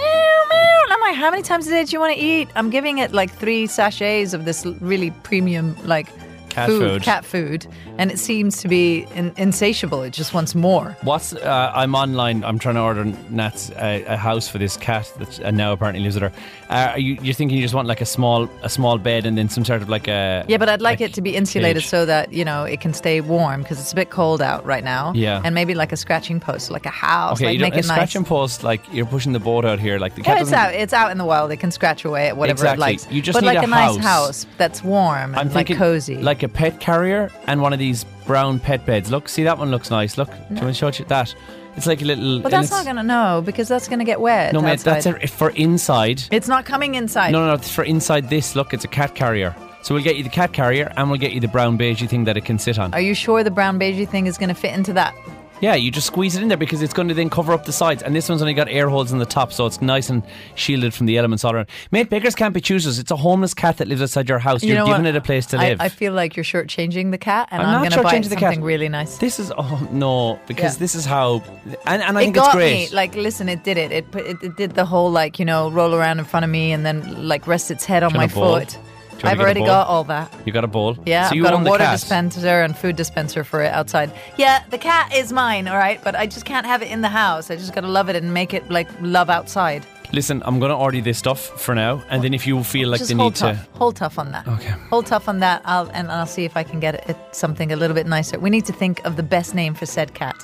meow. And I'm like, how many times a day do you want to eat? I'm giving it like three sachets of this really premium, like,
Cat food.
cat food, and it seems to be in- insatiable. It just wants more.
What's uh, I'm online. I'm trying to order Nat's uh, a house for this cat that uh, now apparently lives with her. Uh, are you, you're thinking you just want like a small a small bed and then some sort of like a
Yeah, but I'd like it to be insulated
cage.
so that you know it can stay warm because it's a bit cold out right now.
Yeah.
and maybe like a scratching post, like a house,
okay.
like
you don't,
make it
a scratch
nice.
and post like you're pushing the boat out here. Like the cat
Yeah, Oh, it's
doesn't-
out. It's out in the wild. It can scratch away at whatever
Exactly.
it likes.
You just
but
need
like
a
a, nice
house.
house that's warm and
I'm
like
thinking
cozy.
like a pet carrier and one of these brown pet beds. Look, see that one looks nice. Look, do you want to show you that? It's like a little.
but
and
that's
it's-
not gonna know because that's gonna get wet.
No, mate,
outside.
that's a, for inside.
It's not coming inside.
No, no, no, it's for inside this. Look, it's a cat carrier. So we'll get you the cat carrier and we'll get you the brown beigey thing that it can sit on.
Are you sure the brown beigey thing is gonna fit into that?
Yeah, you just squeeze it in there because it's going to then cover up the sides. And this one's only got air holes in the top, so it's nice and shielded from the elements all around. Mate, beggars can't be choosers. It's a homeless cat that lives outside your house.
You
You're
know
giving
what?
it a place to
I-
live.
I, feel like you're shortchanging the cat, and
I'm
I'm,
not
gonna buy it
shortchanging the cat.
something really nice.
this is oh no, because
Yeah.
this is how, and, and I
it
think
got
it's great.
me. Like, listen, it did it. It, put, it. it did the whole like you know roll around in front of me and then like rest its head on
Kinda
my
bold.
foot.
wanna
I've
get a
already
bowl?
got all that.
You got a bowl?
Yeah,
so
I've
you
got a
own the
water
cat.
dispenser and food dispenser for it outside. Yeah, the cat is mine, all right, but I just can't have it in the house. I just gotta love it and make it like love outside.
Listen, I'm going to order this stuff for now, and then if you feel like
just
the
hold
need
tough,
to.
hold tough on that.
Okay.
Hold tough on that, I'll, and I'll see if I can get it, it something a little bit nicer. We need to think of the best name for said cat.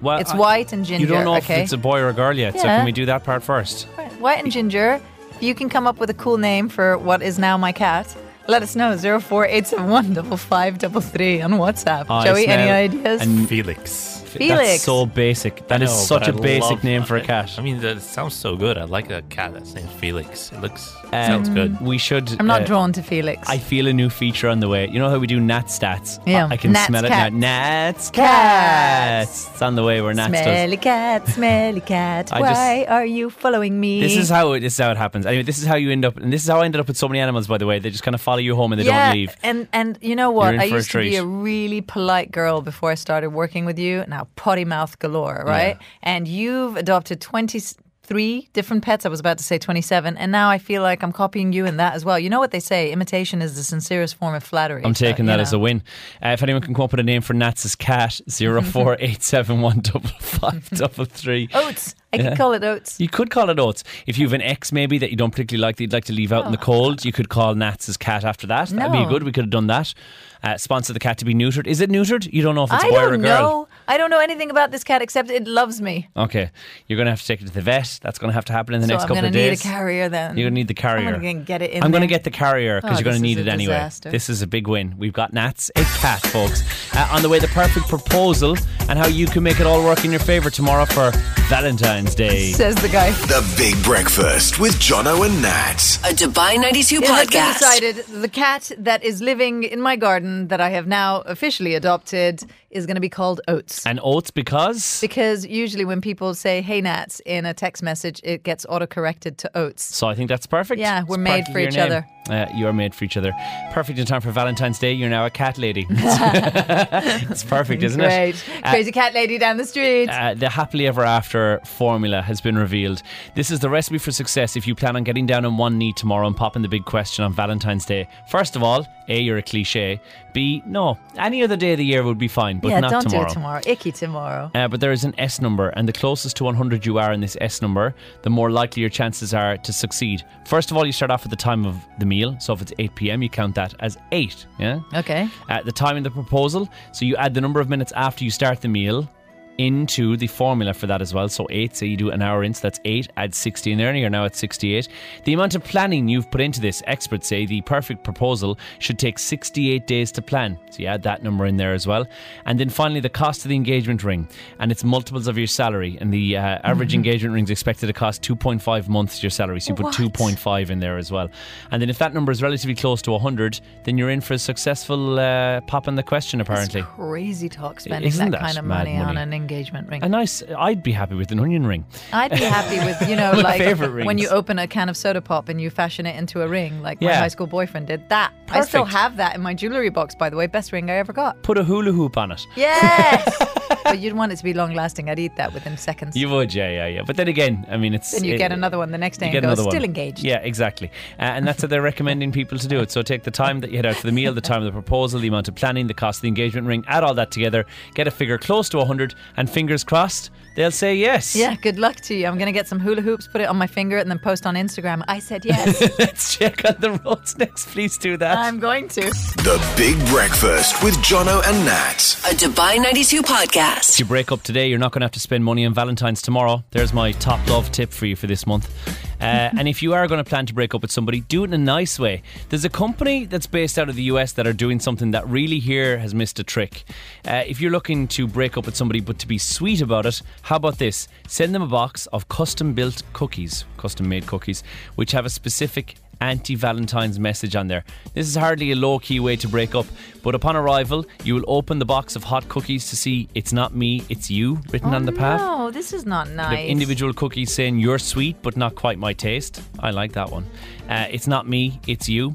Well,
It's
I-
white and
Uh, You
ginger,
don't know
okay?
if it's a boy or a girl yet, so
Yeah.
can we do that part first?
White and Ginger, if you can come up with a cool name for what is now my cat, let us know. 04871 5533 on WhatsApp.
I
Joey, any
smell
ideas?
an-
Felix.
Felix.
That's so basic. That is
No,
such
but
a
I
basic
love-
name for a cat.
I mean, that sounds so good. I like a cat that's named Felix. It looks sounds good.
we should.
Mm. I'm not
uh,
drawn to Felix.
I feel a new feature on the way. You know how we do Nat stats?
Yeah.
I, I can
Nat's
smell it
cats.
now. Nat's
Cats.
cats. It's on the way where Nats does.
smelly cat, smelly cat.
I
why
just-
are you following me?
This is how it, this is how it happens. Anyway, this is how you end up, and this is how I ended up with so many animals. By the way, they just kind of follow you home and they
yeah,
don't leave.
and and you know what?
You're in
I
for a
used to be
treat.
a really polite girl before I started working with you. Now potty mouth galore, right? And you've adopted twenty three different pets. I was about to say 27, and now I feel like I'm copying you in that as well. You know what they say? Imitation is the sincerest form of flattery.
I'm taking that as a win. Uh, if anyone can come up with a name for Nats's cat, zero four eight seven one double five double three.
Oats. I could call it oats.
You could call it oats. If you have an ex maybe that you don't particularly like that you'd like to leave out in the cold, you could call Nats's cat after that. That'd
Oh. No.
be good. We could have done that. Uh, sponsor the cat to be neutered. Is it neutered? You don't know if it's
I
a boy or a
don't
girl.
know. I don't know anything about this cat except it loves me.
Okay. You're going to have to take it to the vet. That's going to have to happen in the
so
next
I'm
couple
gonna
of
need
days.
a carrier then.
You're going to need the carrier.
I'm gonna get it in.
I'm going to
there.
get the carrier because
Oh,
you're going
this
to need
is
it
a
anyway.
disaster.
This is a big win. We've got Nats, a cat, folks. Uh, on the way, the perfect proposal and how you can make it all work in your favour tomorrow for Valentine's Day.
Says the guy.
The Big Breakfast with Jono and Nat.
A Dubai 92
Yeah, I've
podcast.
decided the cat that is living in my garden that I have now officially adopted is going to be called Oats.
And oats because.
Because usually when people say "Hey Nats" in a text message, it gets autocorrected to Oats.
So I think that's perfect.
Yeah, we're
It's
made
perfect
for
your
each
name.
other.
Uh, you're made for each other. Perfect in time for Valentine's Day. You're now a cat lady. it's perfect, isn't
Great,
it? Uh,
crazy cat lady down the street.
uh, the happily ever after formula has been revealed. This is the recipe for success if you plan on getting down on one knee tomorrow and popping the big question on Valentine's Day. First of all, A, you're a cliche. B, no. Any other day of the year would be fine, but
yeah,
not
don't
tomorrow.
do it tomorrow. Icky tomorrow.
Uh, but there is an S number, and the closest to 100 you are in this S number, the more likely your chances are to succeed. First of all, you start off at the time of the meal. So if it's 8 p.m., you count that as 8. Yeah?
Okay.
At the time of the proposal, so you add the number of minutes after you start the meal into the formula for that as well. So 8, say you do an hour in, so that's 8, add 60 in there, and you're now at 68. The amount of planning you've put into this, experts say the perfect proposal should take 68 days to plan. So you add that number in there as well. And then finally, the cost of the engagement ring, and it's multiples of your salary. And the uh, average engagement ring is expected to cost 2.5 months your salary. So you put
Mm-hmm. What?
2.5 in there as well. And then if that number is relatively close to 100, then you're in for a successful uh, pop on the question, apparently.
Crazy talk spending
Isn't that
kind of
mad
money, on
money?
an engagement ring.
A nice. I'd be happy with an onion ring.
I'd be happy with, you know,
My
like
favorite
when you
rings.
open a can of soda pop and you fashion it into a ring, like my
Yeah.
high school boyfriend did that. I still
Perfect.
have that in my jewelry box, by the way. Best ring I ever got.
Put a hula hoop on it.
Yes! but you'd want it to be long lasting. I'd eat that within seconds.
You would, yeah, yeah, yeah. But then again, I mean, it's.
then you
it-
get another one the next day
you
and
get
go,
another one.
still engaged.
Yeah, exactly. Uh, and that's how they're recommending people to do it. So take the time that you had out for the meal, the time of the proposal, the amount of planning, the cost of the engagement ring, add all that together, get a figure close to 100, and fingers crossed, they'll say yes.
Yeah, good luck to you. I'm going to get some hula hoops, put it on my finger, and then post on Instagram. I said yes.
Let's check on the roads next. Please do that.
I'm going to.
The Big Breakfast with Jono and Nat.
A Dubai 92
If
podcast.
you break up today, you're not going to have to spend money on Valentine's tomorrow. There's my top love tip for you for this month. Uh, and if you are going to plan to break up with somebody, do it in a nice way. There's a company that's based out of the US that are doing something that really here has missed a trick. Uh, if you're looking to break up with somebody but to be sweet about it, how about this? Send them a box of custom built cookies, custom made cookies, which have a specific anti Valentine's message on there. This is hardly a low key way to break up, but upon arrival, you will open the box of hot cookies to see it's not me, it's you written on the path.
No, this is not
The
nice.
individual cookies saying you're sweet but not quite my taste. I like that one. Uh, it's not me, it's you.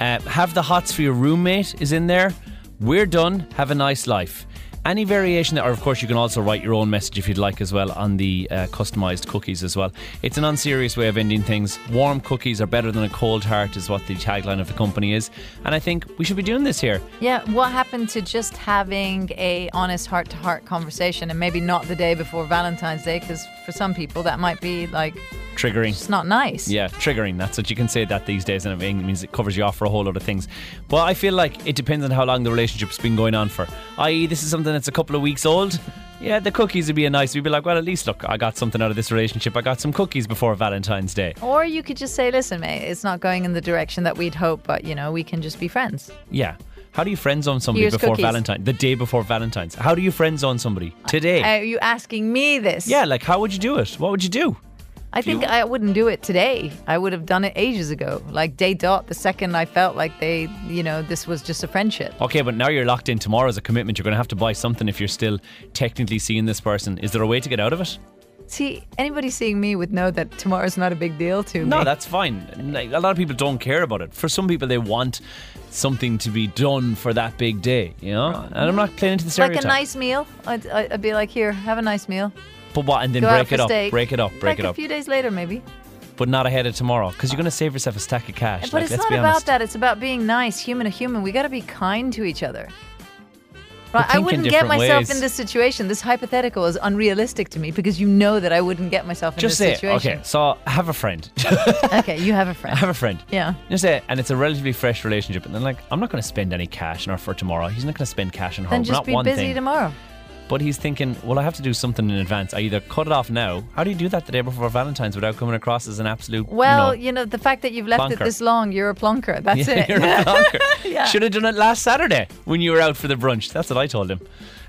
Uh, have the hots for your roommate is in there. We're done. Have a nice life. Any variation, or of course, you can also write your own message if you'd like as well on the uh, customized cookies as well. It's an unserious way of ending things. Warm cookies are better than a cold heart, is what the tagline of the company is. And I think we should be doing this here.
Yeah, what happened to just having a honest heart to heart conversation and maybe not the day before Valentine's Day because for some people that might be like
Triggering.
it's not nice.
Yeah, triggering. That's what you can say that these days, and it means it covers you off for a whole lot of things. But I feel like it depends on how long the relationship's been going on for. I.e., this is something that's a couple of weeks old. Yeah, the cookies would be a nice. We'd be like, well, at least look, I got something out of this relationship. I got some cookies before Valentine's Day.
Or you could just say, listen, mate, it's not going in the direction that we'd hope, but you know, we can just be friends.
Yeah. How do you friend zone somebody
Here's
before
cookies.
Valentine? The day before Valentine's. How do you friend zone somebody today?
Are you asking me this?
yeah, like how would you do it? What would you do?
I think I wouldn't do it today. I would have done it ages ago. Like day dot, the second I felt like they, you know, this was just a friendship.
Okay, but now you're locked in tomorrow as a commitment. You're going to have to buy something if you're still technically seeing this person. Is there a way to get out of it?
See, anybody seeing me would know that tomorrow's not a big deal to me.
No, that's fine. Like, a lot of people don't care about it. For some people, they want something to be done for that big day, you know? And I'm not playing into the
like
stereotype.
a nice meal. I'd, I'd be like, here, have a nice meal.
but what? And then
Go out
break
for
it up,
steak.
break it up, break
like
it
a
up.
few days later, maybe.
But not ahead of tomorrow because you're going to save yourself a stack of cash.
But
like,
it's
let's
not
be
about
honest.
that. It's about being nice, human to human. We got to be kind to each other. Right? I
think in
wouldn't get
different
myself
ways.
in this situation. This hypothetical is unrealistic to me because you know that I wouldn't get myself in
Just say,
this
it. okay,
situation.
so have a friend.
Okay. you have a friend.
have a friend.
Yeah.
Just say, and it's a relatively fresh relationship. And then, like, I'm not going to spend any cash on her for tomorrow. He's not going to spend cash on her.
then
not
just be
one
busy
thing.
tomorrow.
But he's thinking, well, I have to do something in advance. I either cut it off now. How do you do that the day before Valentine's without coming across as an absolute?
Well,
you
you know, the fact that you've left
Plonker.
it this long, you're a plonker. That's
know,
it.
you're a plonker.
Yeah.
Should have done it last Saturday when you were out for the brunch. That's what I told him.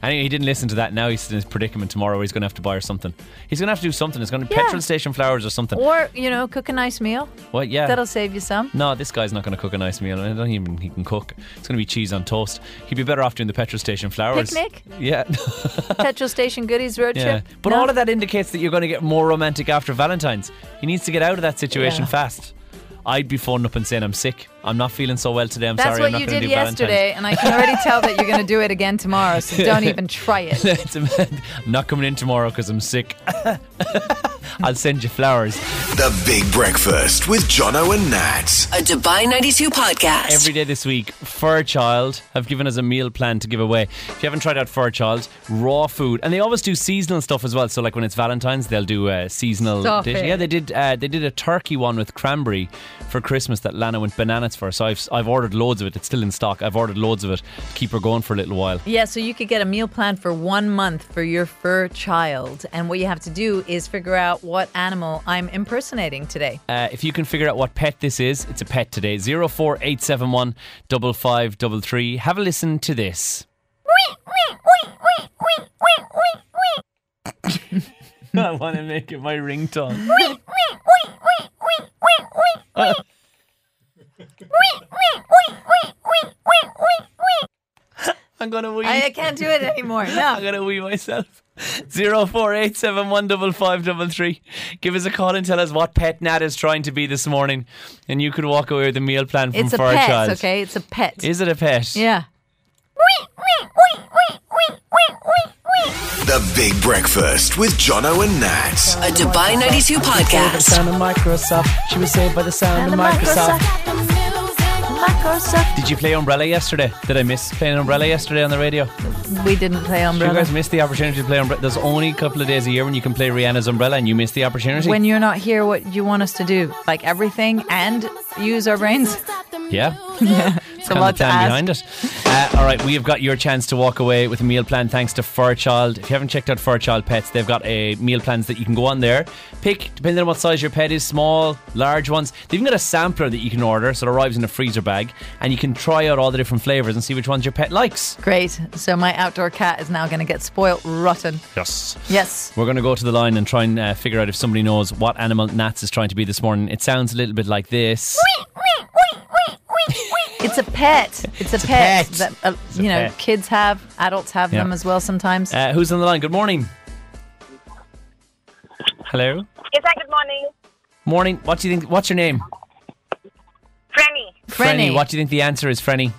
Anyway, he didn't listen to that. Now he's in his predicament tomorrow where he's going to have to buy her something. He's going to have to do something. It's going to be
Yeah.
petrol station flowers or something.
Or, you know, cook a nice meal.
Well, yeah.
That'll save you some.
no, this guy's not going to cook a nice meal. I don't even he can cook. It's going to be cheese on toast. He'd be better off doing the petrol station flowers.
Picnic?
Yeah.
Petrol station goodies road
Yeah.
trip.
But
No?
all of that indicates that you're going to get more romantic after Valentine's. He needs to get out of that situation
Yeah.
fast. I'd be phoning up and saying, I'm sick. I'm not feeling so well today. I'm
That's
sorry.
what
I'm not
you
going
did
to do
yesterday, and I can already tell that you're going to do it again tomorrow, so don't even try it.
Valentine's. It's- I'm not coming in tomorrow because I'm sick. I'll send you flowers.
The Big Breakfast with Jono and Nat.
A Dubai 92 podcast.
Every day this week, Furchild have given us a meal plan to give away. If you haven't tried out Furchild, raw food, and they always do seasonal stuff as well. So like when it's Valentine's, they'll do a seasonal
Stop
dish.
it.
Yeah, they did. Uh, they did a turkey one with cranberry for Christmas that Lana went bananas for. So I've I've ordered loads of it. It's still in stock. I've ordered loads of it. to Keep her going for a little while.
Yeah, so you could get a meal plan for one month for your fur child. And what you have to do is figure out what animal I'm impersonating today.
Uh, if you can figure out what pet this is, it's a pet today. Zero four eight seven one double five double three. Have a listen to this. I want to make it my ringtone. I'm gonna wee.
I, I can't do it anymore.
I'm
No.
gonna wee myself. Zero four eight seven one double five double three. Give us a call and tell us what pet Nat is trying to be this morning, and you could walk away with a meal plan from
It's a
Far
pet,
Child.
okay? It's a pet.
Is it a pet?
yeah.
The Big Breakfast with Jono and Nat.
A Dubai 92 podcast.
of Microsoft. She was saved by the sound Did you play Umbrella yesterday? Did I miss playing Umbrella yesterday on the radio?
We didn't play
You
umbrella.
guys missed the opportunity to play Umbrella. There's only a couple of days a year when you can play Rihanna's Umbrella, and you missed the opportunity.
When you're not here, what you want us to do? Like everything and use our brains?
Yeah.
It's a
Kind of
lot to ask.
plan behind it. Uh, all right, we have got your chance to walk away with a meal plan thanks to Furchild. If you haven't checked out Furchild Pets, they've got a meal plans that you can go on there. Pick, depending on what size your pet is, small, large ones. They've even got a sampler that you can order, so it arrives in a freezer bag, and you can try out all the different flavours and see which ones your pet likes.
Great. So my outdoor cat is now going to get spoiled rotten.
Yes.
Yes.
We're going to go to the line and try and uh, figure out if somebody knows what animal Nats is trying to be this morning. It sounds a little bit like this.
It's a pet. It's a pet,
pet.
that uh,
a
you know
pet.
kids have, adults have
Yeah.
them as well sometimes.
Uh, who's on the line? Good morning. Hello.
Yes, hi, good morning.
Morning. What do you think? What's your name?
Franny.
Frenny.
What do you think the answer is, Frenny?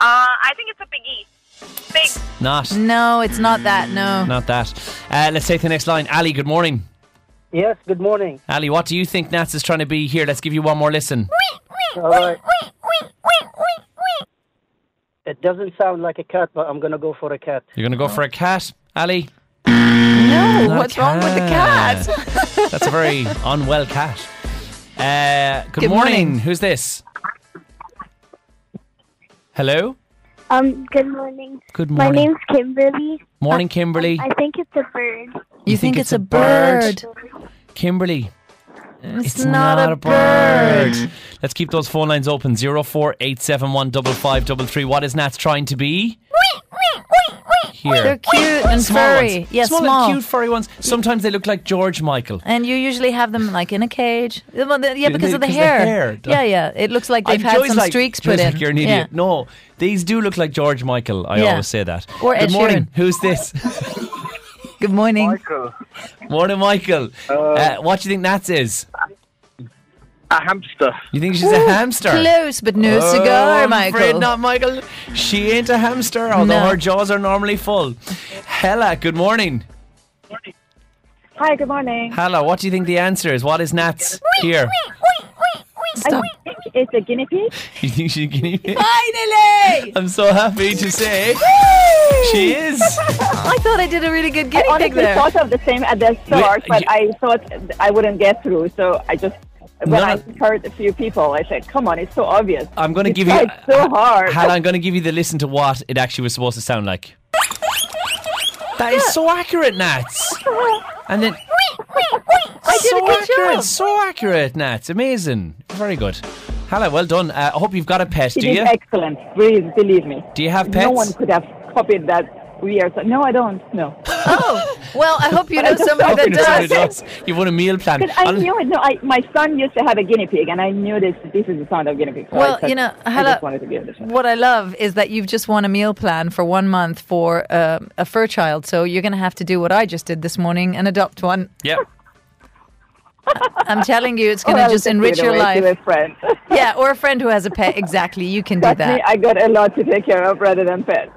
Uh, I think it's a piggy. Pig.
Not,
No, it's not that. No.
not that. Uh, let's take the next line. Ali, good morning.
Yes, good morning.
Ali, what do you think Nats is trying to be here? Let's give you one more listen.
All right. It doesn't sound like a cat, but I'm going to go for a cat.
You're going to go for a cat, Ali?
No.
Not
what's wrong with the cat?
That's a very unwell cat. Uh, good
Good
morning.
morning.
Who's this? Hello?
Um, good morning.
Good
My
morning.
name's Kimberly.
Morning, Kimberly.
I think it's a bird.
You think, it's, a bird?
Kimberly.
It's, not, a bird.
Let's keep those phone lines open. 048715533. What is Nats trying to be? Here.
They're cute and
Small
furry.
ones.
Yes,
small,
small.
And cute furry ones. Sometimes they look like George Michael.
And you usually have them like in a cage. Well, the- yeah, because of the
Because the
hair.
hair.
Yeah, yeah. It looks like they've
I'm
had
Joy's
some
like-
streaks
Joy's
put in.
Like you're an idiot.
Yeah.
No, these do look like George Michael. I
Yeah.
always say that.
Or
Good
Ed
morning.
Sheeran.
Who's this?
Good morning.
morning, Michael. Uh, what do you think that is?
A hamster.
You think she's a hamster?
Close, but no
Oh,
cigar,
I'm afraid
Michael.
not, Michael. She ain't a hamster, although
No.
her jaws are normally full. Hella, good morning.
Hi, good morning.
Hella, what do you think the answer is? What is Nats here?
Stop.
It's a guinea pig.
You think she can?
Finally!
I'm so happy to say she is.
I thought I did a really good guinea pig
Honestly,
there.
thought of the same at the start, but
you-
I thought I wouldn't get through, so I just. When
No.
I heard a few people, I said, "Come on, it's so obvious."
I'm gonna
You
give you-
tried so hard.
Hannah, I'm going to give you the listen to what it actually was supposed to sound like. That is so accurate, Nats. And then. I
did a
so
good
accurate,
job.
so accurate, Nats. Amazing. Very good. Hannah, well done. Uh, I hope you've got a pet,
It
do
is
you?
excellent. Please believe me.
Do you have
No
pets?
one could have copied that. weird. No, I don't. No.
Oh, well, I hope you know somebody that
It sounded
does.
nuts. You want a meal plan.
But I
Hannah-
knew it. No, I, my son used to have a guinea pig, and I knew this. This is the sound of guinea pig. So I
Well,
said,
you know,
I
Hala,
just wanted to give this.
what I love is that you've just won a meal plan for one month for um, a fur child. So you're going to have to do what I just did this morning and adopt one.
Yeah.
I'm telling you, it's
Or
going
I'll
to just
give
enrich
it
your
away
life.
To a friend.
Yeah, or a friend who has a pet. Exactly, you can do
Trust me,
that.
I got a lot to take care of rather than pets.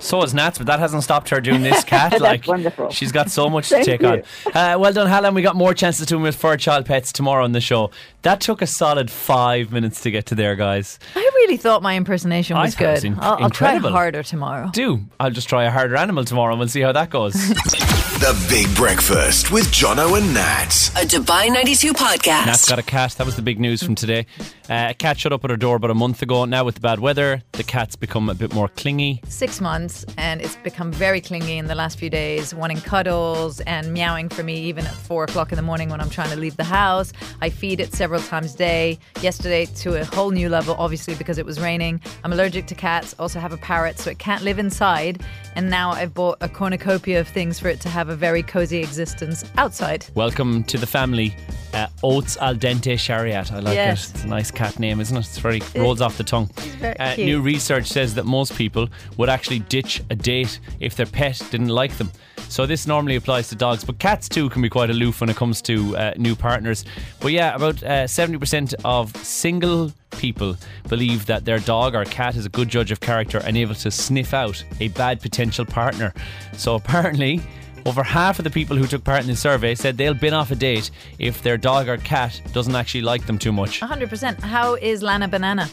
So is Nats, but that hasn't stopped her doing this cat. like
wonderful.
she's got so much to
Thank
take
you.
on. Uh, well done, Helen. We got more chances to win with fur child pets tomorrow on the show. That took a solid five minutes to get to there, guys.
I really thought my impersonation
I
was
thought it was
good.
in-
I'll, I'll try
incredible.
harder tomorrow.
Do I'll just try a harder animal tomorrow and we'll see how that goes.
The Big Breakfast with Jono and Nat.
A Dubai 92 podcast.
Nat's got a cat. That was the big news from today. Uh, a cat shut up at her door about a month ago. Now with the bad weather, the cat's become a bit more clingy.
Six months, and it's become very clingy in the last few days, wanting cuddles and meowing for me even at four o'clock in the morning when I'm trying to leave the house. I feed it several times a day. Yesterday, to a whole new level, obviously, because it was raining. I'm allergic to cats, also have a parrot, so it can't live inside. And now I've bought a cornucopia of things for it to have a very cozy existence outside.
Welcome to the family. Uh, Oats al dente Shariat. I like
Yes.
it. It's a nice cat name, isn't it? It's very rolls off the tongue.
very
Uh,
cute.
new research says that most people would actually ditch a date if their pet didn't like them. So this normally applies to dogs, but cats too can be quite aloof when it comes to uh, new partners. But yeah, about uh, 70% of single people believe that their dog or cat is a good judge of character and able to sniff out a bad potential partner. So apparently, over half of the people who took part in the survey said they'll bin off a date if their dog or cat doesn't actually like them too much.
100%. How is Lana Banana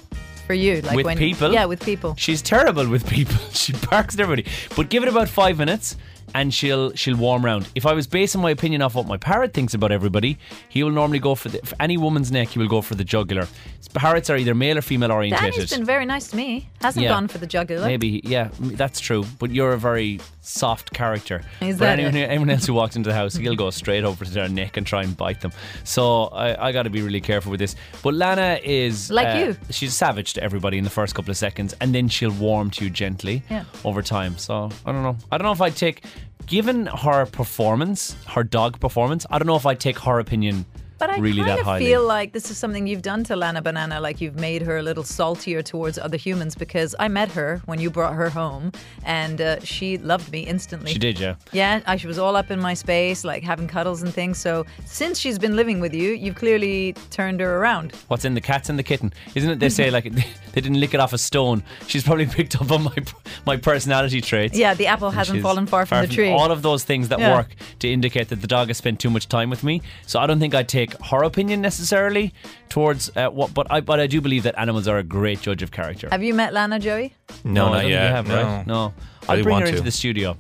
for you? Like
With people?
Yeah, with people.
She's terrible with people. She barks at everybody. But give it about five minutes and she'll she'll warm round. If I was basing my opinion off what my parrot thinks about everybody, he will normally go for the for any woman's neck, he will go for the jugular. Parrots are either male or female orientated.
Danny's been very nice to me. Hasn't
Yeah.
gone for the jugular.
Maybe, yeah, m- that's true. But you're a very soft character.
Is
but
that
anyone,
it?
anyone else who walks into the house, he'll go straight over to their neck and try and bite them. So I, I got to be really careful with this. But Lana is uh,
Like you.
She's savage to everybody in the first couple of seconds, and then she'll warm to you gently
Yeah.
over time. So I don't know. I don't know if I'd take, given her performance, her dog performance. I don't know if I'd take her opinion
But I
really
kind
that
of
highly.
feel like this is something you've done to Lana Banana, like you've made her a little saltier towards other humans because I met her when you brought her home and uh, she loved me instantly.
she did, yeah.
Yeah, I, she was all up in my space, like having cuddles and things. So since she's been living with you, you've clearly turned her around.
What's in the cats and the kitten? Isn't it? They say like they didn't lick it off a stone. She's probably picked up on my my personality traits.
Yeah, the apple
And
hasn't
she's
fallen far from the tree.
All of those things that
Yeah.
work to indicate that the dog has spent too much time with me. So I don't think I take her opinion necessarily towards uh, what, but I but I do believe that animals are a great judge of character.
Have you met Lana, Joey?
No,
I
not
don't think you
yet,
have,
no.
right? No,
Really
I'll bring
want
her into
to.
the studio.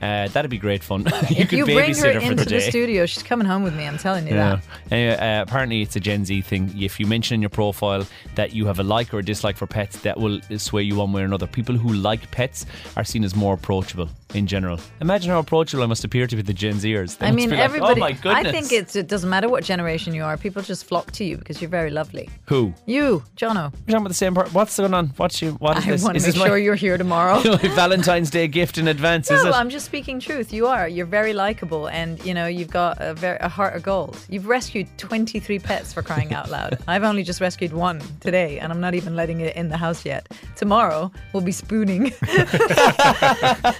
Uh, that'd be great fun. you
if
could
you bring her
babysit her, for the
into
day.
the studio, she's coming home with me. I'm telling you
Yeah.
that.
Anyway, uh, apparently, it's a Gen Z thing. If you mention in your profile that you have a like or a dislike for pets, that will sway you one way or another. People who like pets are seen as more approachable in general. Imagine how approachable I must appear to be the Gen Zers. They
I
must
mean,
be like,
everybody.
oh my goodness.
I think it's, it doesn't matter what generation you are. People just flock to you because you're very lovely.
who?
You, Jono.
We're talking about the same part. What's going on? What's you? What is
I
this?
want
Is
to make
this my-
sure you're here tomorrow.
my Valentine's Day gift in advance? is
No,
it?
I'm just speaking truth. You are. You're very likable, and you know you've got a, very, a heart of gold. You've rescued 23 pets for crying out loud. I've only just rescued one today, and I'm not even letting it in the house yet. Tomorrow we'll be spooning.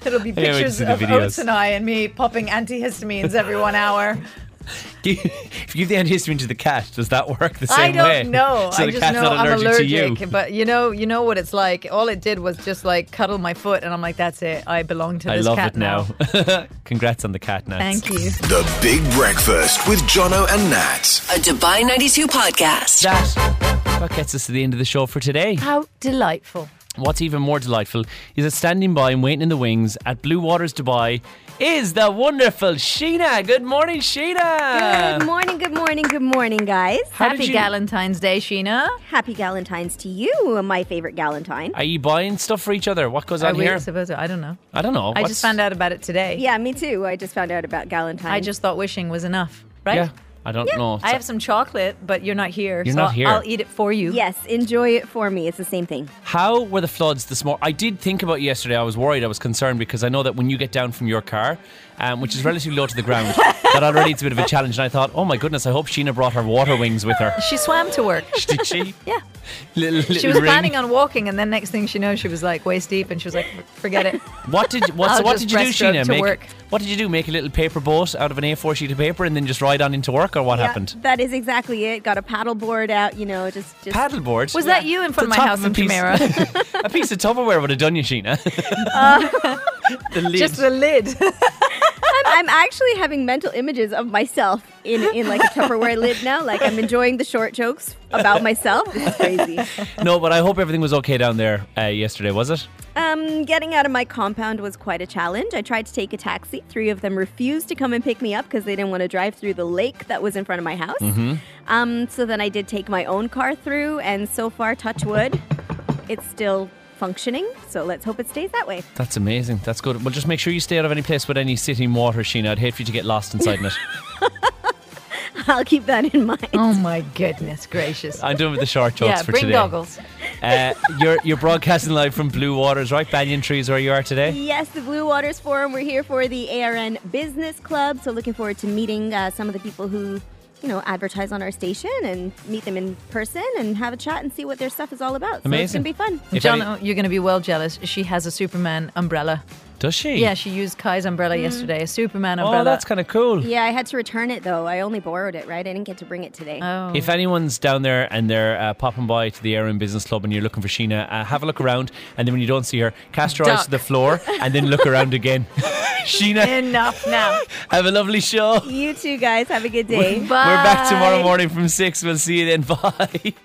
It'll be
wait to
pictures
see the
of
videos.
Oats and I and me popping antihistamines every one hour.
if you give the antihistamine to the cat, does that work the
I
same
don't
way?
know.
So
I
the
just
cat's
know
not
I'm
allergic,
allergic.
to you.
But you know, you know what it's like. All it did was just like cuddle my foot, and I'm like, that's it. I belong to
I
this
love
cat
it now. Congrats on the cat, Nats.
Thank you.
The Big Breakfast with Jono and Nat.
A Dubai 92 podcast.
That, that gets us to the end of the show for today.
How delightful.
What's even more delightful is that standing by and waiting in the wings at Blue Waters Dubai is the wonderful Sheena. Good morning, Sheena.
Good morning, good morning, good morning, guys.
How did
Happy
you-
Valentine's Day, Sheena.
Happy Galentine's to you, my favorite Galentine.
Are you buying stuff for each other? What goes
Are
on
we
here?
supposed to? I don't know.
I don't know.
I just found out about it today.
Yeah, me too. I just found out about Galentine's.
I just thought wishing was enough, right?
Yeah, I don't know.
I have some chocolate, but you're not here.
You're
so
not here.
I'll eat it for you.
Yes, enjoy it for me. It's the same thing.
How were the floods this morning? I did think about yesterday. I was worried. I was concerned because I know that when you get down from your car, um, which is relatively low to the ground, that already it's a bit of a challenge. And I thought, oh my goodness, I hope Sheena brought her water wings with her.
She swam to work.
Did she?
Yeah.
Little, little
She was
ring.
planning on walking, and then next thing she knows, she was like waist deep, and she was like, "Forget it."
What did what, so
I'll
what
just
did you do,
breaststroke
Sheena?
to
Make,
work.
What did you do? Make a little paper boat out of an A4 sheet of paper and then just ride on into work, or what
Yeah,
happened?
that is exactly it. Got a paddleboard out, you know, just just
Paddleboard.
Was that you in
The
front of my
top
house
a
in
piece-
Chimera?
a piece of Tupperware would have done you, Sheena. the lid.
Uh, Just the lid.
I'm, I'm actually having mental images of myself in in like a Tupperware lid now. Like I'm enjoying the short jokes about myself. This is crazy.
no, but I hope everything was okay down there uh, yesterday, was it?
Um, getting out of my compound was quite a challenge. I tried to take a taxi. Three of them refused to come and pick me up because they didn't want to drive through the lake that was in front of my house. Um, so then I did take my own car through, and so far, touch wood, it's still functioning. So let's hope it stays that way.
That's amazing. That's good. Well, just make sure you stay out of any place with any sitting water, Sheena. I'd hate for you to get lost inside in it.
I'll keep that in mind.
oh my goodness gracious!
I'm done with the short jokes
yeah,
for
bring
today.
goggles.
Uh, you're you're broadcasting live from Blue Waters, right? Banyan Trees, where you are
Mm,
today.
Yes, the Blue Waters Forum. We're here for the ARN Business Club. So looking forward to meeting uh, some of the people who, you know, advertise on our station and meet them in person and have a chat and see what their stuff is all about. So it's
Amazing.
gonna be fun.
If
John, uh,
any-
you're going to be well jealous. She has a Superman umbrella.
does she?
Yeah, she used Kai's umbrella yesterday, a Superman umbrella.
Mm. Oh, that's kind of cool.
Yeah, I had to return it though. I only borrowed it, right? I didn't get to bring it today.
Oh.
If anyone's down there and they're uh, popping by to the Aaron Business Club and you're looking for Sheena, uh, have a look around. And then when you don't see her, cast your eyes
Duck.
to the floor and then look around again. Sheena,
Enough now.
have a lovely show.
you two guys have a good day.
Bye.
We're back tomorrow morning from 6. We'll see you then. Bye.